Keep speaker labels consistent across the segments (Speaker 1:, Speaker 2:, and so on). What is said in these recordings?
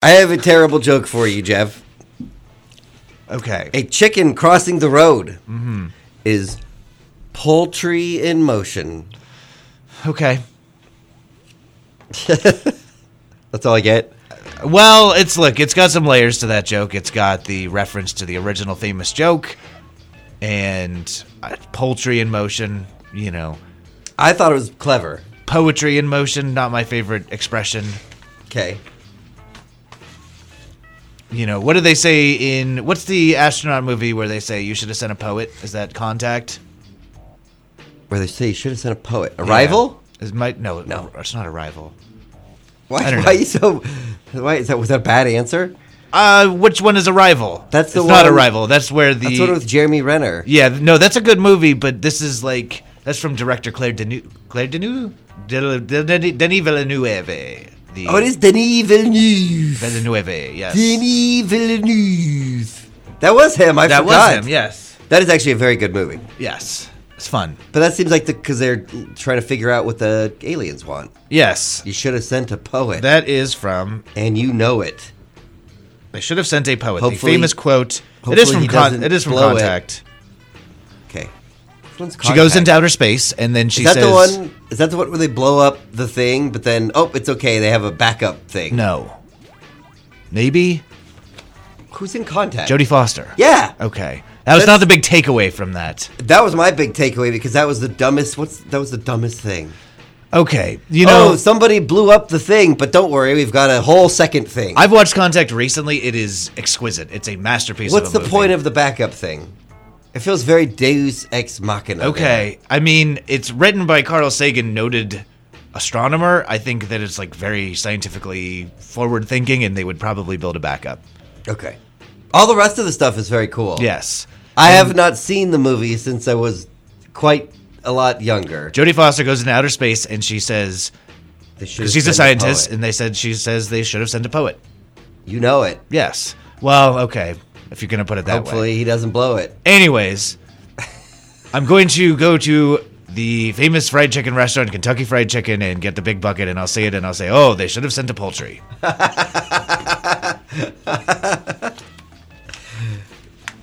Speaker 1: I have a terrible joke for you, Jeff.
Speaker 2: Okay.
Speaker 1: A chicken crossing the road
Speaker 2: Mm-hmm.
Speaker 1: is poultry in motion.
Speaker 2: Okay.
Speaker 1: That's all I get.
Speaker 2: Well, it's look, it's got some layers to that joke. It's got the reference to the original famous joke and uh, poultry in motion, you know,
Speaker 1: I thought it was clever.
Speaker 2: poetry in motion, not my favorite expression.
Speaker 1: Okay.
Speaker 2: You know, what do they say in what's the astronaut movie where they say you should have sent a poet? Is that contact?
Speaker 1: Where they say you should have sent a poet. Arrival?
Speaker 2: Yeah. Is my no,
Speaker 1: No.
Speaker 2: no, it's not arrival.
Speaker 1: Why,
Speaker 2: I don't
Speaker 1: why
Speaker 2: know.
Speaker 1: you so. Why, is that, was that a bad answer?
Speaker 2: Uh, which one is arrival?
Speaker 1: That's the
Speaker 2: it's not
Speaker 1: one-
Speaker 2: arrival. That's where the
Speaker 1: That's what it was Jeremy Renner.
Speaker 2: Yeah, no, that's a good movie, but this is like that's from director Claire Denu Claire Denu Del- Del- Del- Denis Villeneuve. The
Speaker 1: Oh, it is Denis Villeneuve.
Speaker 2: Villeneuve? Yes,
Speaker 1: Denis Villeneuve. That was him. I
Speaker 2: that
Speaker 1: forgot.
Speaker 2: was him. Yes,
Speaker 1: That is actually a very good movie.
Speaker 2: yes, it's fun.
Speaker 1: But that seems like the because they're trying to figure out what the aliens want.
Speaker 2: Yes,
Speaker 1: You should have sent a poet,
Speaker 2: that is from.
Speaker 1: and you know it.
Speaker 2: They should have sent a poet.
Speaker 1: Hopefully-
Speaker 2: the famous quote. It is
Speaker 1: hopefully
Speaker 2: from.
Speaker 1: he
Speaker 2: Con-
Speaker 1: doesn't
Speaker 2: it is from
Speaker 1: blow it.
Speaker 2: Contact.
Speaker 1: Okay. This one's
Speaker 2: She goes
Speaker 1: Contact.
Speaker 2: into outer space and then she
Speaker 1: Is that
Speaker 2: says,
Speaker 1: the one? Is that the one where they blow up the thing, but then oh, it's okay. They have a backup thing.
Speaker 2: "No, maybe
Speaker 1: Who's in contact?
Speaker 2: Jodie Foster."
Speaker 1: Yeah,
Speaker 2: Okay, that was
Speaker 1: That's-
Speaker 2: not the big takeaway from that.
Speaker 1: that was my big takeaway because that was the dumbest. What's that was the dumbest thing.
Speaker 2: Okay, you know
Speaker 1: oh, somebody blew up the thing, but don't worry, we've got a whole second thing.
Speaker 2: I've watched Contact recently. It is exquisite. It's a masterpiece.
Speaker 1: What's
Speaker 2: of
Speaker 1: the
Speaker 2: a movie.
Speaker 1: point of the backup thing? It feels very Deus ex machina.
Speaker 2: Okay, I mean, it's written by Carl Sagan, noted astronomer. I think that it's like very scientifically forward thinking, and they would probably build a backup.
Speaker 1: there. Okay. All the rest of the stuff is very cool.
Speaker 2: Yes,
Speaker 1: I have not seen the movie since I was quite a lot younger.
Speaker 2: Jodie Foster goes into outer space, and she says
Speaker 1: They should have
Speaker 2: because she's a
Speaker 1: sent
Speaker 2: scientist,
Speaker 1: poet.
Speaker 2: and they said she says they should have sent a poet.
Speaker 1: you know it.
Speaker 2: Yes. Well, okay, if you're gonna put it that way.
Speaker 1: Hopefully, he doesn't blow it.
Speaker 2: Anyways, I'm going to go to the famous fried chicken restaurant, Kentucky Fried Chicken, and get the big bucket, and I'll say it, and I'll say, oh, they should have sent a poultry.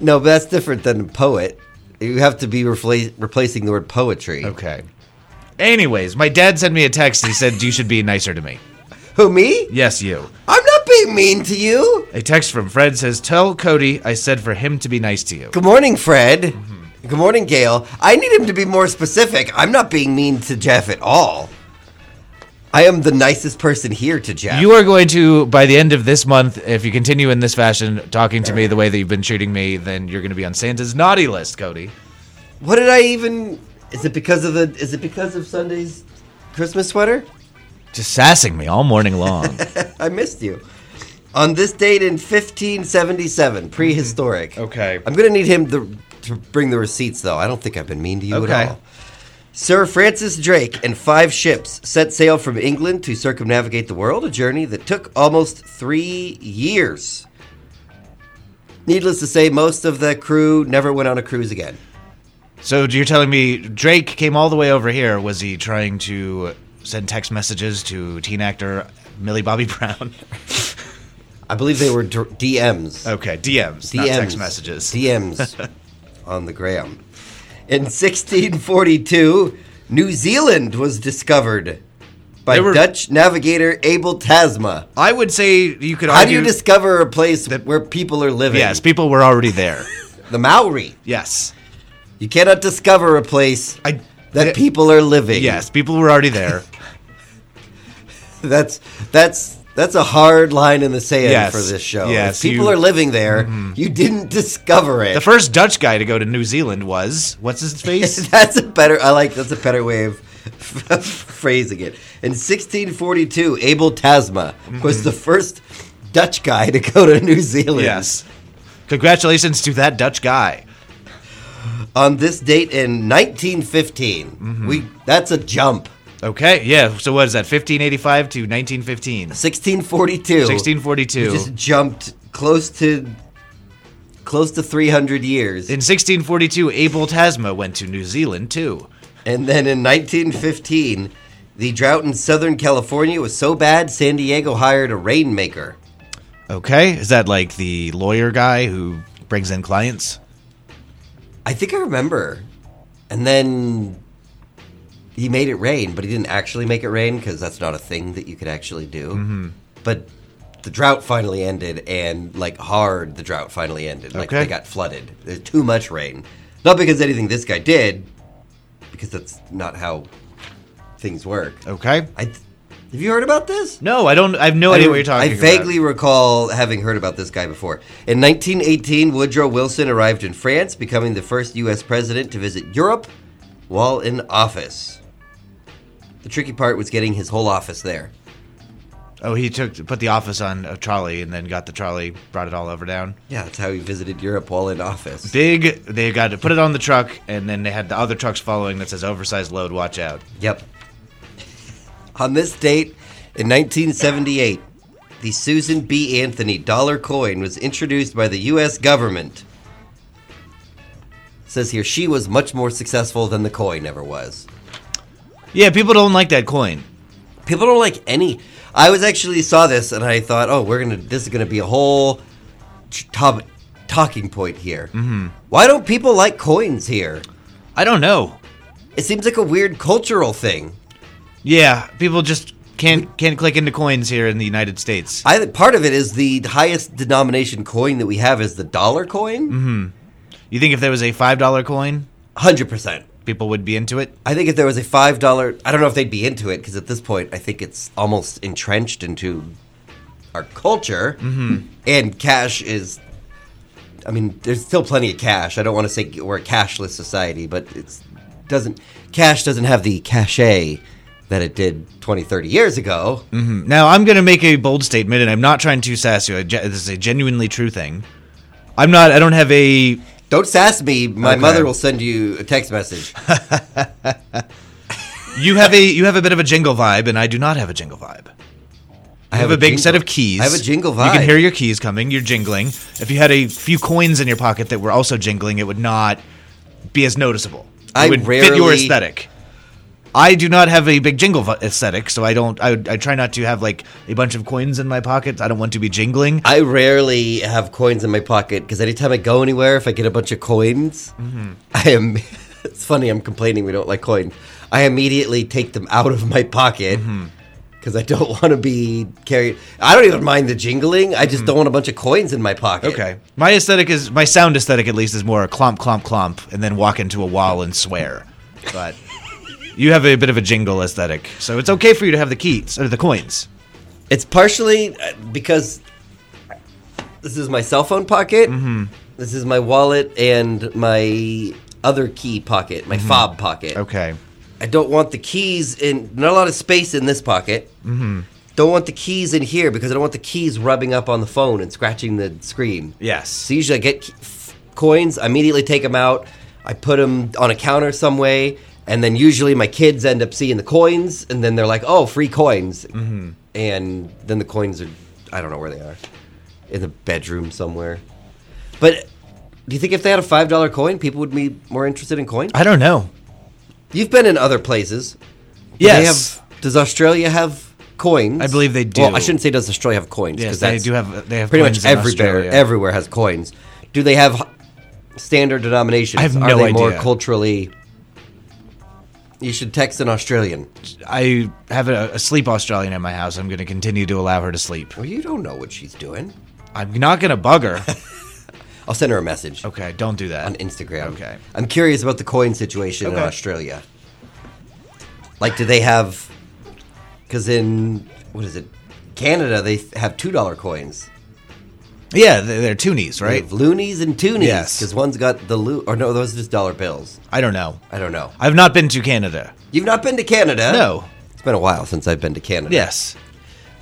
Speaker 1: No, but that's different than poet. You have to be repla- replacing the word poetry.
Speaker 2: Okay. Anyways, my dad sent me a text. He said, you should be nicer to me.
Speaker 1: Who me?
Speaker 2: Yes, you.
Speaker 1: I'm not being mean to you.
Speaker 2: A text from Fred says, tell Cody I said for him to be nice to you.
Speaker 1: Good morning, Fred.
Speaker 2: Mm-hmm.
Speaker 1: Good morning, Gail. I need him to be more specific. I'm not being mean to Jeff at all. I am the nicest person here to Jeff.
Speaker 2: You are going to, by the end of this month, if you continue in this fashion, talking to me the way that you've been treating me, then you're going to be on Santa's naughty list, Cody.
Speaker 1: what did I even? Is it because of the? Is it because of Sunday's Christmas sweater?
Speaker 2: Just sassing me all morning long.
Speaker 1: I missed you. On this date in 1577, prehistoric.
Speaker 2: Mm-hmm. Okay.
Speaker 1: I'm going to need him to, to bring the receipts, though. I don't think I've been mean to you
Speaker 2: Okay.
Speaker 1: at all. Sir Francis Drake and five ships set sail from England to circumnavigate the world, a journey that took almost three years. Needless to say, most of the crew never went on a cruise again.
Speaker 2: So you're telling me Drake came all the way over here? Was he trying to send text messages to teen actor Millie Bobby Brown?
Speaker 1: I believe they were dr- DMs.
Speaker 2: okay, DMs, not text messages.
Speaker 1: DMs on the gram. In 1642, New Zealand was discovered by
Speaker 2: They were-
Speaker 1: Dutch navigator Abel Tasma.
Speaker 2: I would say you could
Speaker 1: How do
Speaker 2: argue.
Speaker 1: you discover a place where people are living?
Speaker 2: yes, people were already there.
Speaker 1: the Maori.
Speaker 2: yes,
Speaker 1: You cannot discover a place
Speaker 2: I.
Speaker 1: that people are living.
Speaker 2: Yes, people were already there.
Speaker 1: that's that's that's a hard line in the sand
Speaker 2: Yes.
Speaker 1: for this show.
Speaker 2: Yes,
Speaker 1: if people
Speaker 2: you- Mm-hmm.
Speaker 1: are living there. You didn't discover it.
Speaker 2: the first Dutch guy to go to New Zealand was what's his face?
Speaker 1: that's a better. I like that's a better way of phrasing it. In 1642, Abel Tasma was the first Dutch guy to go to New Zealand.
Speaker 2: yes. Congratulations to that Dutch guy.
Speaker 1: On this date in 1915, we that's a jump.
Speaker 2: Okay, yeah. So what is that? 1585 to 1915,
Speaker 1: 1642.
Speaker 2: 1642.
Speaker 1: You just jumped close to close to 300 years.
Speaker 2: In 1642, Abel Tasma went to New Zealand too.
Speaker 1: And then in 1915, the drought in Southern California was so bad, San Diego hired a rainmaker.
Speaker 2: Okay, is that like the lawyer guy who brings in clients?
Speaker 1: I think I remember. And then he made it rain, but he didn't actually make it rain because that's not a thing that you could actually do. But the drought finally ended, and like hard, the drought finally ended. Like
Speaker 2: Okay.
Speaker 1: they got flooded. There's too much rain. Not because anything this guy did, because that's not how things work.
Speaker 2: Okay.
Speaker 1: I th- have you heard about this?
Speaker 2: No, I don't. I have no idea what you're talking
Speaker 1: I
Speaker 2: about.
Speaker 1: vaguely recall having heard about this guy before. In 1918, Woodrow Wilson arrived in France, becoming the first U.S. president to visit Europe while in office. The tricky part was getting his whole office there.
Speaker 2: Oh, he took put the office on a trolley and then got the trolley, brought it all over down.
Speaker 1: Yeah, that's how he visited Europe while in office.
Speaker 2: Big. They got to put it on the truck, and then they had the other trucks following that says "oversized load, watch out."
Speaker 1: Yep. On this date in 1978, the Susan B. Anthony dollar coin was introduced by the U.S. government. says here she was much more successful than the coin ever was.
Speaker 2: Yeah, people don't like that coin.
Speaker 1: People don't like any. I was actually saw this and I thought, oh, we're gonna. This is gonna be a whole t- top talking point here. Mm-hmm. Why don't people like coins here?
Speaker 2: I don't know.
Speaker 1: It seems like a weird cultural thing.
Speaker 2: Yeah, people just can't can't click into coins here in the United States.
Speaker 1: I think part of it is the highest denomination coin that we have is the dollar coin.
Speaker 2: You think if there was a five dollar coin,
Speaker 1: 100%.
Speaker 2: people would be into it?
Speaker 1: I think if there was a $5, I don't know if they'd be into it because at this point I think it's almost entrenched into our culture. Mm-hmm. And cash is, I mean, there's still plenty of cash. I don't want to say we're a cashless society, but it's doesn't, cash doesn't have the cachet that it did 20, 30 years ago.
Speaker 2: Hmm. Now I'm going to make a bold statement, and I'm not trying to sass you. I ge- This is a genuinely true thing. I'm not. I don't have a.
Speaker 1: Don't sass me. My
Speaker 2: Okay.
Speaker 1: mother will send you a text message.
Speaker 2: You have a. You have a bit of a jingle vibe, and I do not have a jingle vibe. I have, a big
Speaker 1: jingle.
Speaker 2: set of keys.
Speaker 1: I have a jingle
Speaker 2: You can
Speaker 1: vibe.
Speaker 2: hear your keys coming. You're jingling. If you had a few coins in your pocket that were also jingling, it would not be as noticeable. It
Speaker 1: I
Speaker 2: would fit your
Speaker 1: rarely-
Speaker 2: aesthetic. I do not have a big jingle vi- aesthetic, so I don't. I, I try not to have like a bunch of coins in my pockets. I don't want to be jingling.
Speaker 1: I rarely have coins in my pocket because anytime I go anywhere, if I get a bunch of coins,
Speaker 2: Mm-hmm.
Speaker 1: I am. It's funny. I'm complaining we don't like coins. I immediately take them out of my pocket
Speaker 2: Mm-hmm.
Speaker 1: because I don't want to be carried. I don't even mind the jingling. I just don't want a bunch of coins in my pocket.
Speaker 2: Mm-hmm. Okay. My aesthetic is my sound aesthetic at least is more a clomp clomp clomp and then walk into a wall and swear. But you have a bit of a jingle aesthetic. So it's okay for you to have the keys or the coins.
Speaker 1: It's partially uh, because this is my cell phone pocket.
Speaker 2: Mm-hmm.
Speaker 1: This is my wallet and my other key pocket,
Speaker 2: Mm-hmm.
Speaker 1: my fob pocket.
Speaker 2: Okay.
Speaker 1: I don't want the keys in. Not a lot of space in this pocket. Mm-hmm. Don't want the keys in here because I don't want the keys rubbing up on the phone and scratching the screen.
Speaker 2: Yes.
Speaker 1: So usually I get ke- f- coins. I immediately take them out. I put them on a counter some way, and then usually my kids end up seeing the coins, and then they're like, "Oh, free coins!" Mm-hmm. And then the coins are. I don't know where they are. In the bedroom somewhere. But do you think if they had a five dollar coin, people would be more interested in coins?
Speaker 2: I don't know.
Speaker 1: You've been in other places. Do they
Speaker 2: Yes.
Speaker 1: have- does Australia have coins?
Speaker 2: I believe they do.
Speaker 1: Well, I shouldn't say does Australia have coins.
Speaker 2: Yes,
Speaker 1: 'cause
Speaker 2: they
Speaker 1: that's-
Speaker 2: do have- they have
Speaker 1: pretty
Speaker 2: coins
Speaker 1: much
Speaker 2: in
Speaker 1: everywhere.
Speaker 2: Australia.
Speaker 1: Everywhere has coins. Do they have h- standard denominations?
Speaker 2: I have
Speaker 1: Are
Speaker 2: no
Speaker 1: they more
Speaker 2: idea.
Speaker 1: culturally? You should text an Australian.
Speaker 2: I have a, a sleep Australian in my house. I'm going to continue to allow her to sleep.
Speaker 1: Well, you don't know what she's doing.
Speaker 2: I'm not going to bug her.
Speaker 1: I'll send her a message
Speaker 2: Okay, don't do that.
Speaker 1: on Instagram.
Speaker 2: Okay.
Speaker 1: I'm curious about the coin situation in
Speaker 2: Okay.
Speaker 1: Australia. Like, do they have? Because in what is it? Canada, they have two dollar coins.
Speaker 2: Yeah, they're, they're toonies,
Speaker 1: They
Speaker 2: right?
Speaker 1: have loonies and toonies.
Speaker 2: Yes.
Speaker 1: Because one's got the loo, or no, those are just dollar bills.
Speaker 2: I don't know.
Speaker 1: I don't know.
Speaker 2: I've not been to Canada.
Speaker 1: You've not been to Canada?
Speaker 2: No.
Speaker 1: It's been a while since I've been to Canada.
Speaker 2: Yes.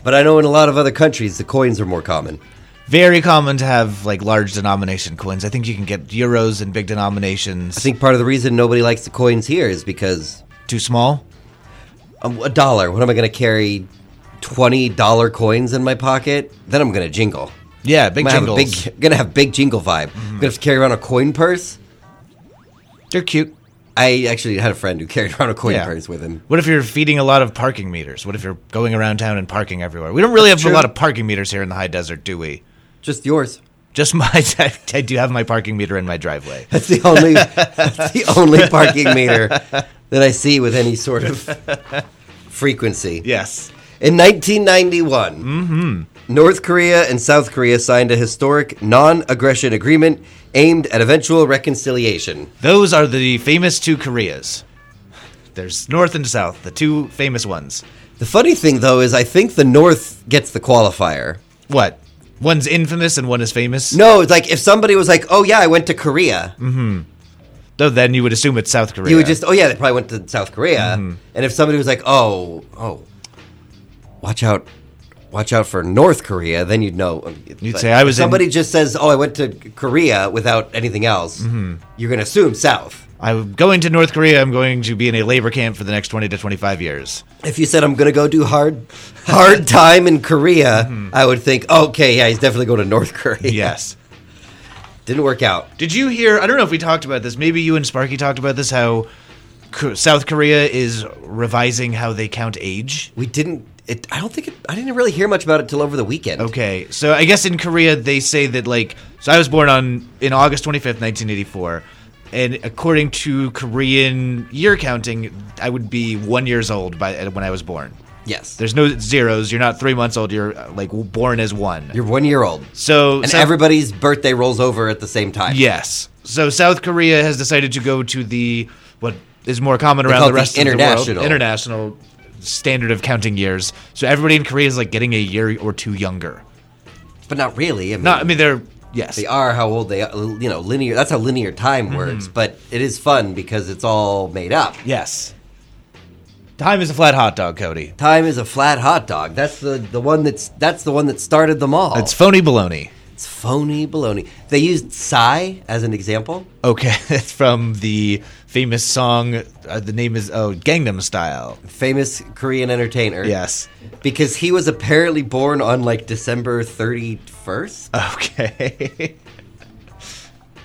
Speaker 1: But I know in a lot of other countries, the coins are more common.
Speaker 2: very common to have like large denomination coins. I think you can get euros and big denominations.
Speaker 1: I think part of the reason nobody likes the coins here is because
Speaker 2: too small.
Speaker 1: um, a dollar, what am I going to carry? $20 coins in my pocket? Then I'm going to jingle.
Speaker 2: Yeah, big
Speaker 1: I'm gonna
Speaker 2: jingles. Mm-hmm.
Speaker 1: Have a big, gonna have big jingle vibe. I'm gonna have to carry around a coin purse.
Speaker 2: They're cute.
Speaker 1: I actually had a friend who carried around a coin
Speaker 2: Yeah.
Speaker 1: purse with him.
Speaker 2: What if you're feeding a lot of parking meters? What if you're going around town and parking everywhere? We don't really have
Speaker 1: That's
Speaker 2: a
Speaker 1: true.
Speaker 2: lot of parking meters here in the high desert, do we?
Speaker 1: Just yours.
Speaker 2: Just my, I, do have my parking meter in my driveway.
Speaker 1: That's the only that's the only parking meter that I see with any sort of frequency.
Speaker 2: Yes.
Speaker 1: In 1991, North Korea and South Korea signed a historic non-aggression agreement aimed at eventual reconciliation.
Speaker 2: Those are the famous two Koreas. There's North and South, the two famous ones.
Speaker 1: The funny thing though is I think the North gets the qualifier.
Speaker 2: What? One's infamous and one is famous?
Speaker 1: No, it's like if somebody was like, "Oh yeah, I went to Korea."
Speaker 2: Though then you would assume it's South Korea. Mm-hmm.
Speaker 1: You would just, "Oh yeah, they probably went to South Korea." And if somebody was like, "Oh, oh, watch out, watch out for North Korea," then you'd know.
Speaker 2: You'd say, "I was
Speaker 1: If somebody just says, "Oh, I went to Korea" without anything else.
Speaker 2: Mm-hmm.
Speaker 1: You're gonna assume South.
Speaker 2: I'm going to North Korea. I'm going to be in a labor camp for the next 20 to 25 years.
Speaker 1: If you said, "I'm gonna go do hard, hard time in Korea," I would think, "Okay, yeah, he's definitely going to North Korea."
Speaker 2: Mm-hmm. Yes.
Speaker 1: didn't work out.
Speaker 2: Did you hear? I don't know if we talked about this. Maybe you and Sparky talked about this. How Ko- South Korea is revising how they count age.
Speaker 1: We didn't. It, I don't think it, I didn't really hear much about it till over the weekend.
Speaker 2: Okay, so I guess in Korea they say that like. So I was born on in August twenty fifth, nineteen eighty four, and according to Korean year counting, I would be one years old by uh, when I was born.
Speaker 1: Yes,
Speaker 2: There's no zeros. You're not three months old. You're uh, like born as one.
Speaker 1: you're one year old.
Speaker 2: so
Speaker 1: And
Speaker 2: South-
Speaker 1: everybody's birthday rolls over at the same time.
Speaker 2: Yes. So South Korea has decided to go to the what is more common around
Speaker 1: call it the
Speaker 2: the rest of the
Speaker 1: international.
Speaker 2: world international standard of counting years. So everybody in Korea is like getting a year or two younger.
Speaker 1: but not really. I mean,
Speaker 2: Not I mean they're yes.
Speaker 1: they are how old they are. You know, linear. That's how linear time
Speaker 2: Mm-hmm.
Speaker 1: works. But it is fun because it's all made up.
Speaker 2: Yes. Time is a flat hot dog, Cody.
Speaker 1: Time is a flat hot dog. That's the, the one that's that's the one that started them all.
Speaker 2: It's phony baloney.
Speaker 1: It's phony baloney. They used "sigh" as an example.
Speaker 2: Okay, it's from the famous song. Uh, the name is oh Gangnam Style.
Speaker 1: Famous Korean entertainer.
Speaker 2: Yes.
Speaker 1: Because he was apparently born on like December 31st.
Speaker 2: Okay.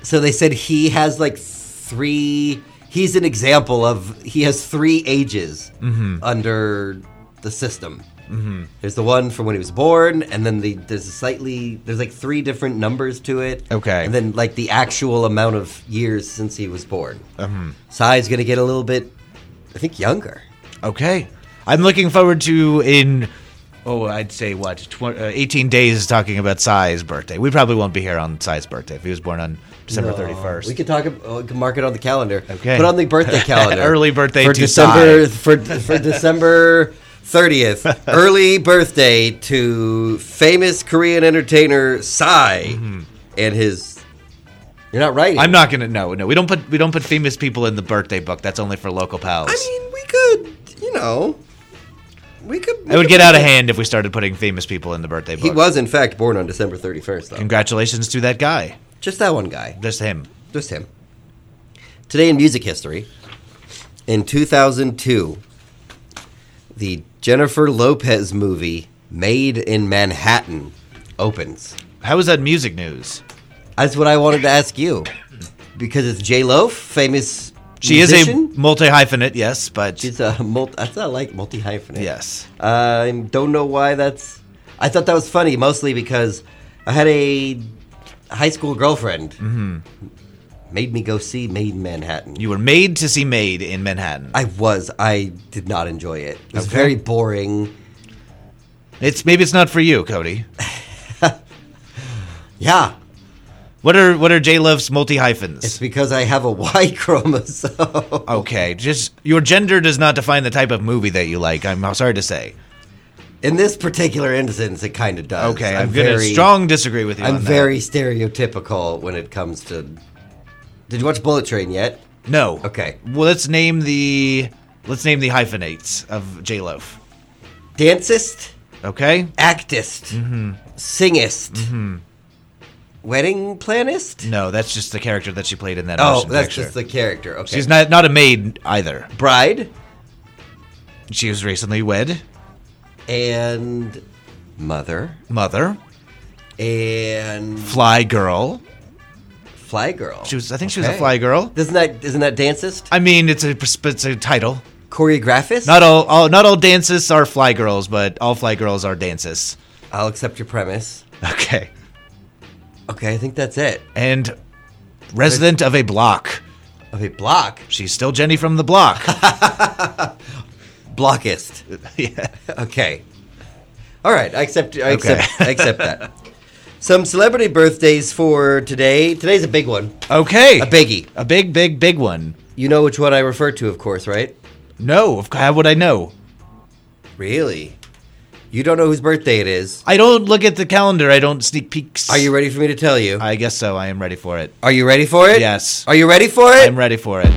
Speaker 1: So they said he has like three. He's an example of he has three ages under the system. Mm-hmm. There's the one from when he was born, and then the there's a slightly there's like three different numbers to it.
Speaker 2: Okay.
Speaker 1: and then like the actual amount of years since he was born. Mm-hmm. Sai's gonna get a little bit, I think, younger.
Speaker 2: Okay. I'm looking forward to in oh I'd say what tw- uh, 18 days talking about Sai's birthday. We probably won't be here on Sai's birthday if he was born on December
Speaker 1: No.
Speaker 2: 31st.
Speaker 1: We can talk. ab- oh, we can mark it on the calendar.
Speaker 2: Okay.
Speaker 1: Put on the birthday calendar.
Speaker 2: Early birthday
Speaker 1: for
Speaker 2: to
Speaker 1: December
Speaker 2: Sai.
Speaker 1: for for December thirtieth. early birthday to famous Korean entertainer Psy and his. You're not right.
Speaker 2: Mm-hmm. I'm not going to no no we don't put we don't put famous people in the birthday book. That's only for local pals.
Speaker 1: I mean, we could. You know, we could.
Speaker 2: it would get out of hand if we started putting famous people in the birthday book.
Speaker 1: He was in fact born on December thirty first, though.
Speaker 2: Congratulations to that guy.
Speaker 1: Just that one guy.
Speaker 2: Just him.
Speaker 1: Just him. Today in music history, in 2002, the Jennifer Lopez movie Made in Manhattan opens.
Speaker 2: How is that music news?
Speaker 1: That's what I wanted to ask you because it's J Lo, famous.
Speaker 2: She
Speaker 1: musician.
Speaker 2: is a multi hyphenate, yes, but
Speaker 1: She's a multi. That's not like multi hyphenate.
Speaker 2: yes.
Speaker 1: I don't know why that's. I thought that was funny, mostly because I had a high school girlfriend.
Speaker 2: Mm-hmm.
Speaker 1: Made me go see Made in Manhattan.
Speaker 2: You were made to see Made in Manhattan.
Speaker 1: I was. I did not enjoy it. It was
Speaker 2: Okay.
Speaker 1: very boring.
Speaker 2: It's maybe it's not for you, Cody.
Speaker 1: Yeah.
Speaker 2: What are what are J Love's multi hyphens?
Speaker 1: It's because I have a Y chromosome.
Speaker 2: Okay, just your gender does not define the type of movie that you like. I'm sorry to say.
Speaker 1: In this particular instance, it kind of does.
Speaker 2: Okay, I'm, gonna strong disagree with you.
Speaker 1: I'm
Speaker 2: on that.
Speaker 1: very stereotypical when it comes to. Did you watch Bullet Train yet?
Speaker 2: no.
Speaker 1: Okay.
Speaker 2: Well, let's name the let's name the hyphenates of J Loaf.
Speaker 1: Dancist,
Speaker 2: Okay.
Speaker 1: actist,
Speaker 2: Mm-hmm.
Speaker 1: singist, wedding planist.
Speaker 2: No, that's just the character that she played in that.
Speaker 1: Oh,
Speaker 2: Mm-hmm. motion
Speaker 1: that's
Speaker 2: picture.
Speaker 1: just the character. Okay.
Speaker 2: She's not not a maid either.
Speaker 1: bride
Speaker 2: She was recently wed,
Speaker 1: and mother
Speaker 2: mother,
Speaker 1: and
Speaker 2: fly girl,
Speaker 1: fly girl.
Speaker 2: She was. I think she was a
Speaker 1: Okay.
Speaker 2: fly girl.
Speaker 1: Isn't that isn't that dancist?
Speaker 2: I mean, it's a it's a title.
Speaker 1: Choreographist?
Speaker 2: Not all, all not all dances are fly girls, but all fly girls are dances.
Speaker 1: I'll accept your premise.
Speaker 2: Okay.
Speaker 1: Okay, I think that's it.
Speaker 2: And resident of a block.
Speaker 1: Okay, block.
Speaker 2: She's still Jenny from the block.
Speaker 1: Blockist.
Speaker 2: yeah.
Speaker 1: Okay. All right, I accept. I
Speaker 2: Okay.
Speaker 1: accept. I accept that. Some celebrity birthdays for today. Today's a big one,
Speaker 2: Okay.
Speaker 1: a biggie.
Speaker 2: A big, big, big one.
Speaker 1: You know which one I refer to, of course, right?
Speaker 2: No, of- how would I know?
Speaker 1: Really? You don't know whose birthday it is.
Speaker 2: I don't look at the calendar. I don't sneak peeks.
Speaker 1: Are you ready for me to tell you?
Speaker 2: I guess so. I am ready for it.
Speaker 1: Are you ready for it?
Speaker 2: Yes.
Speaker 1: Are you ready for it?
Speaker 2: I'm ready for it.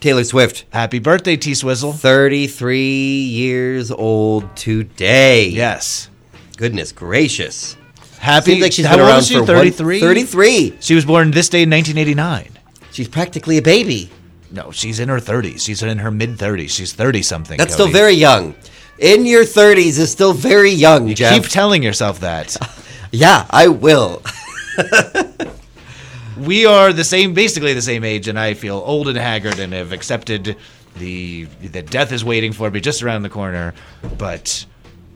Speaker 1: Taylor Swift,
Speaker 2: Happy birthday, T Swizzle.
Speaker 1: 33 years old today.
Speaker 2: Yes.
Speaker 1: Goodness gracious.
Speaker 2: Happy.
Speaker 1: Seems like she's
Speaker 2: how
Speaker 1: been
Speaker 2: old
Speaker 1: around
Speaker 2: is she?
Speaker 1: for one-
Speaker 2: 33?
Speaker 1: 33.
Speaker 2: She was born this day in 1989.
Speaker 1: She's practically a baby.
Speaker 2: No, she's in her 30s. She's in her mid 30s. She's 30 something.
Speaker 1: That's still very young. In your 30s is still very young, Jeff.
Speaker 2: Keep telling yourself that.
Speaker 1: yeah, I will.
Speaker 2: we are the same, basically the same age, and I feel old and haggard and have accepted the that death is waiting for me just around the corner. But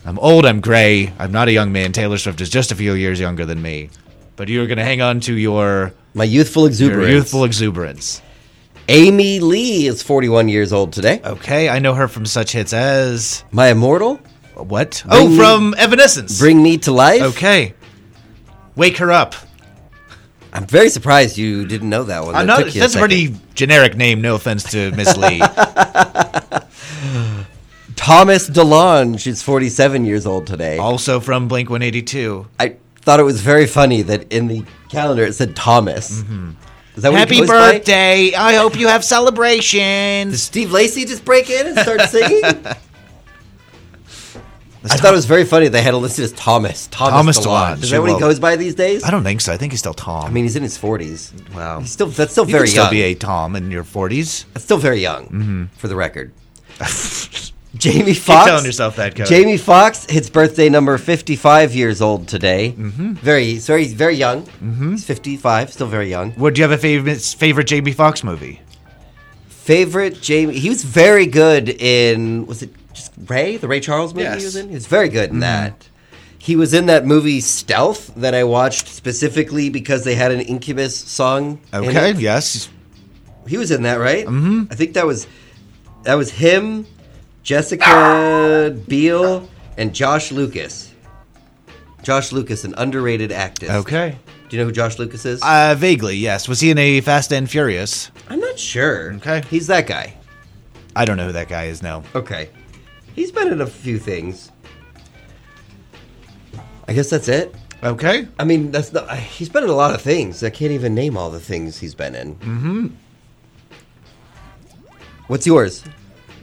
Speaker 2: I'm old, I'm gray, I'm not a young man. Taylor Swift is just a few years younger than me. But you're going to hang on to your,
Speaker 1: My youthful
Speaker 2: your
Speaker 1: exuberance.
Speaker 2: youthful exuberance.
Speaker 1: Amy Lee is 41 years old today.
Speaker 2: Okay, I know her from such hits as.
Speaker 1: My immortal,
Speaker 2: What?
Speaker 1: Bring
Speaker 2: oh,
Speaker 1: me-
Speaker 2: from Evanescence.
Speaker 1: Bring Me to Life.
Speaker 2: okay. Wake her up.
Speaker 1: I'm very surprised you didn't know that one. That
Speaker 2: I'm not,
Speaker 1: took you
Speaker 2: that's a
Speaker 1: second.
Speaker 2: pretty generic name, no offense to Miss Lee.
Speaker 1: Thomas DeLonge is 47 years old today.
Speaker 2: also from Blink 182.
Speaker 1: I thought it was very funny that in the calendar it said Thomas. Is that what Oh, he
Speaker 2: Mm-hmm. Happy
Speaker 1: goes by?
Speaker 2: birthday! I hope you have
Speaker 1: Did
Speaker 2: celebrations.
Speaker 1: Steve Lacey just break in and start singing? I
Speaker 2: Let's
Speaker 1: thought it was very funny they had a list as Thomas. Thomas,
Speaker 2: Thomas
Speaker 1: DeLonge.
Speaker 2: DeLonge,
Speaker 1: Is that what he
Speaker 2: well-
Speaker 1: goes by these days?
Speaker 2: I don't think so. I think he's still Tom.
Speaker 1: I mean, he's in his 40s.
Speaker 2: Wow.
Speaker 1: He's still, that's still
Speaker 2: you
Speaker 1: very
Speaker 2: can still
Speaker 1: young.
Speaker 2: be a Tom in your 40s.
Speaker 1: That's still very young, for the record.
Speaker 2: Keep
Speaker 1: Jamie Foxx.
Speaker 2: telling yourself that, Cody.
Speaker 1: Jamie Foxx hits birthday number 55 years old today. Mm-hmm. Very, sorry, he's very young. Mm-hmm. He's 55, still very young.
Speaker 2: Would you have a favorite favorite Jamie Foxx movie?
Speaker 1: Favorite Jamie. He was very good in was it just Ray, the Ray Charles movie
Speaker 2: Yes. Mm-hmm.
Speaker 1: he was in? He was very good in that. He was in that movie Stealth that I watched specifically because they had an Incubus song. in
Speaker 2: Okay.
Speaker 1: it.
Speaker 2: Yes.
Speaker 1: he was in that, right? Mm-hmm. I think that was that was him, Jessica Biel, and Josh Lucas. Josh Lucas, an underrated actor.
Speaker 2: Okay.
Speaker 1: Do you know who Josh Lucas is?
Speaker 2: Uh, vaguely, yes. Was he in a Fast and Furious?
Speaker 1: I'm not sure.
Speaker 2: Okay.
Speaker 1: He's that guy.
Speaker 2: I don't know who that guy is now.
Speaker 1: Okay. He's been in a few things. I guess that's it.
Speaker 2: Okay.
Speaker 1: I mean, that's not. He's been in a lot of things. I can't even name all the things he's been in. Mm-hmm. What's yours?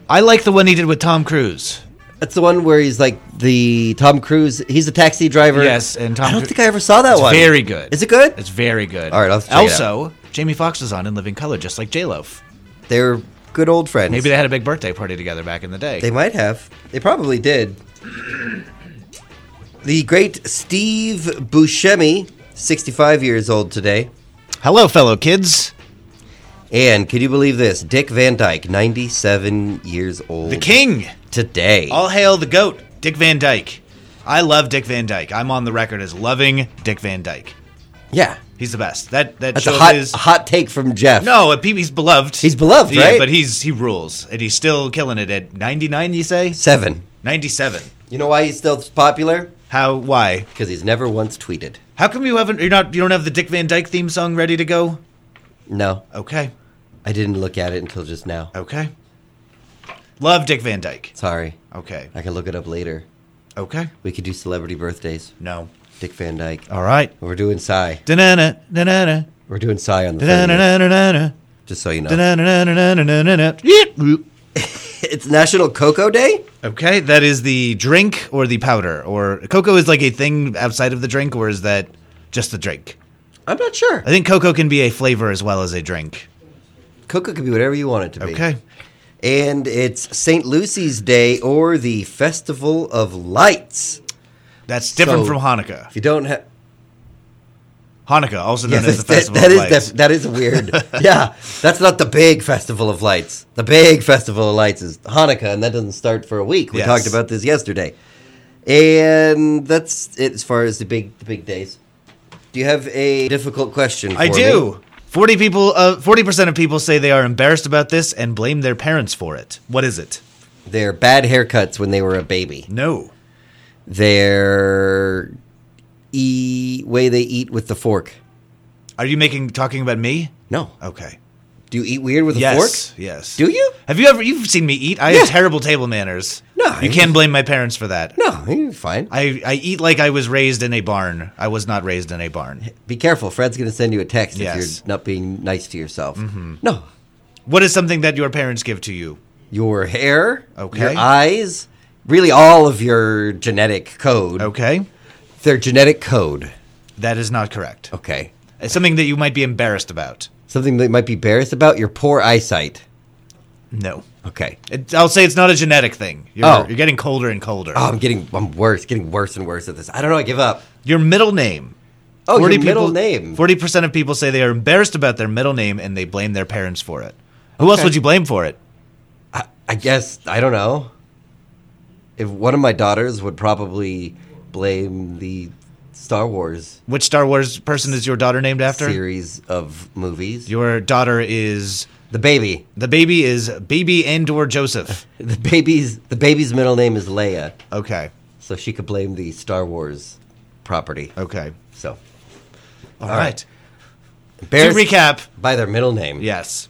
Speaker 2: I like the one he did with Tom Cruise.
Speaker 1: That's the one where he's like the Tom Cruise. He's a taxi driver.
Speaker 2: Yes, and Tom
Speaker 1: I don't
Speaker 2: Cru-
Speaker 1: think I ever saw that
Speaker 2: It's
Speaker 1: one.
Speaker 2: very good.
Speaker 1: Is it good?
Speaker 2: It's very good.
Speaker 1: All right, I'll check it out.
Speaker 2: also, Jamie Foxx was on in Living Color, just like J Lo.
Speaker 1: They're good old friends.
Speaker 2: Maybe they had a big birthday party together back in the day.
Speaker 1: They might have. They probably did. The great Steve Buscemi, 65 years old today.
Speaker 2: Hello, fellow kids.
Speaker 1: And can you believe this? Dick Van Dyke, 97 years old.
Speaker 2: The Oh. king.
Speaker 1: Today.
Speaker 2: All hail the goat, Dick Van Dyke. I love Dick Van Dyke. I'm on the record as loving Dick Van Dyke.
Speaker 1: yeah.
Speaker 2: He's the best. That that
Speaker 1: That's
Speaker 2: show
Speaker 1: a hot,
Speaker 2: is
Speaker 1: a hot take from Jeff.
Speaker 2: no. he- He's beloved.
Speaker 1: He's beloved,
Speaker 2: yeah,
Speaker 1: right?
Speaker 2: But he's he rules, and he's still killing it at 99. You say
Speaker 1: Seven.
Speaker 2: 97?
Speaker 1: You know why he's still popular?
Speaker 2: How? Why?
Speaker 1: Because he's never once tweeted.
Speaker 2: How come you haven't? You're not. You don't have the Dick Van Dyke theme song ready to go?
Speaker 1: No.
Speaker 2: Okay.
Speaker 1: I didn't look at it until just now.
Speaker 2: Okay. Love Dick Van Dyke.
Speaker 1: Sorry.
Speaker 2: Okay.
Speaker 1: I can look it up later.
Speaker 2: Okay.
Speaker 1: We could do celebrity birthdays.
Speaker 2: No.
Speaker 1: Dick Van Dyke.
Speaker 2: All right.
Speaker 1: We're doing Psy.
Speaker 2: Da-na-na, da-na-na,
Speaker 1: We're doing Psy on the 30th,
Speaker 2: da-na-na-na-na,
Speaker 1: Just so you know.
Speaker 2: da-na-na-na-na-na-na-na. Yeet.
Speaker 1: It's National Cocoa Day?
Speaker 2: Okay, that is the drink or the powder, or cocoa is like a thing outside of the drink, or is that just the drink?
Speaker 1: I'm not sure.
Speaker 2: I think cocoa can be a flavor as well as a drink.
Speaker 1: Cocoa could be whatever you want it to be.
Speaker 2: Okay,
Speaker 1: And it's St. Lucy's Day or the Festival of Lights.
Speaker 2: that's different
Speaker 1: So-
Speaker 2: from Hanukkah.
Speaker 1: If you don't have.
Speaker 2: Hanukkah, also known
Speaker 1: Yes,
Speaker 2: as the
Speaker 1: that-
Speaker 2: Festival
Speaker 1: that
Speaker 2: of
Speaker 1: is
Speaker 2: Lights.
Speaker 1: def- that is weird. yeah, that's not the big festival of lights. The big festival of lights is Hanukkah, and that doesn't start for a week. We
Speaker 2: Yes.
Speaker 1: talked about this yesterday, and that's it as far as the big the big days. Do you have a difficult question?
Speaker 2: I
Speaker 1: for
Speaker 2: do.
Speaker 1: me?
Speaker 2: Forty people, uh, forty percent of people say they are embarrassed about this and blame their parents for it. What is it?
Speaker 1: Their bad haircuts when they were a baby.
Speaker 2: No.
Speaker 1: Their e way they eat with the fork.
Speaker 2: Are you making talking about me?
Speaker 1: No.
Speaker 2: Okay.
Speaker 1: Do you eat weird with a
Speaker 2: Yes.
Speaker 1: fork?
Speaker 2: Yes.
Speaker 1: Do you?
Speaker 2: Have you ever? You've seen me eat. I
Speaker 1: Yeah.
Speaker 2: have terrible table manners.
Speaker 1: No, I
Speaker 2: You can't blame my parents for that.
Speaker 1: No, you're fine.
Speaker 2: I, I eat like I was raised in a barn. I was not raised in a barn.
Speaker 1: Be careful. Fred's going to send you a text
Speaker 2: Yes. Mm-hmm.
Speaker 1: if you're not being nice to yourself. No.
Speaker 2: What is something that your parents give to you?
Speaker 1: Your hair,
Speaker 2: Okay.
Speaker 1: your eyes, really all of your genetic code.
Speaker 2: Okay.
Speaker 1: Their genetic code.
Speaker 2: That is not correct.
Speaker 1: Okay.
Speaker 2: It's something that you might be embarrassed about.
Speaker 1: Something they might be embarrassed about your poor eyesight.
Speaker 2: No.
Speaker 1: Okay.
Speaker 2: It, I'll say it's not a genetic thing. You're,
Speaker 1: Oh.
Speaker 2: you're getting colder and colder.
Speaker 1: Oh, I'm getting I'm worse, getting worse and worse at this. I don't know. I give up.
Speaker 2: Your middle name.
Speaker 1: Oh, your middle name.
Speaker 2: Forty percent of people say they are embarrassed about their middle name and they blame their parents for it. Who else
Speaker 1: Okay.
Speaker 2: would you blame for it?
Speaker 1: I, I guess I don't know. If one of my daughters would probably blame the Star Wars
Speaker 2: Which Star Wars person is your daughter named after?
Speaker 1: series of movies,
Speaker 2: Your daughter is
Speaker 1: the baby.
Speaker 2: the baby is baby Andor Joseph.
Speaker 1: The baby's the baby's middle name is Leia,
Speaker 2: Okay.
Speaker 1: so she could blame the Star Wars property.
Speaker 2: Okay.
Speaker 1: So
Speaker 2: All right. To
Speaker 1: embarrassed
Speaker 2: recap,
Speaker 1: by their middle name.
Speaker 2: yes.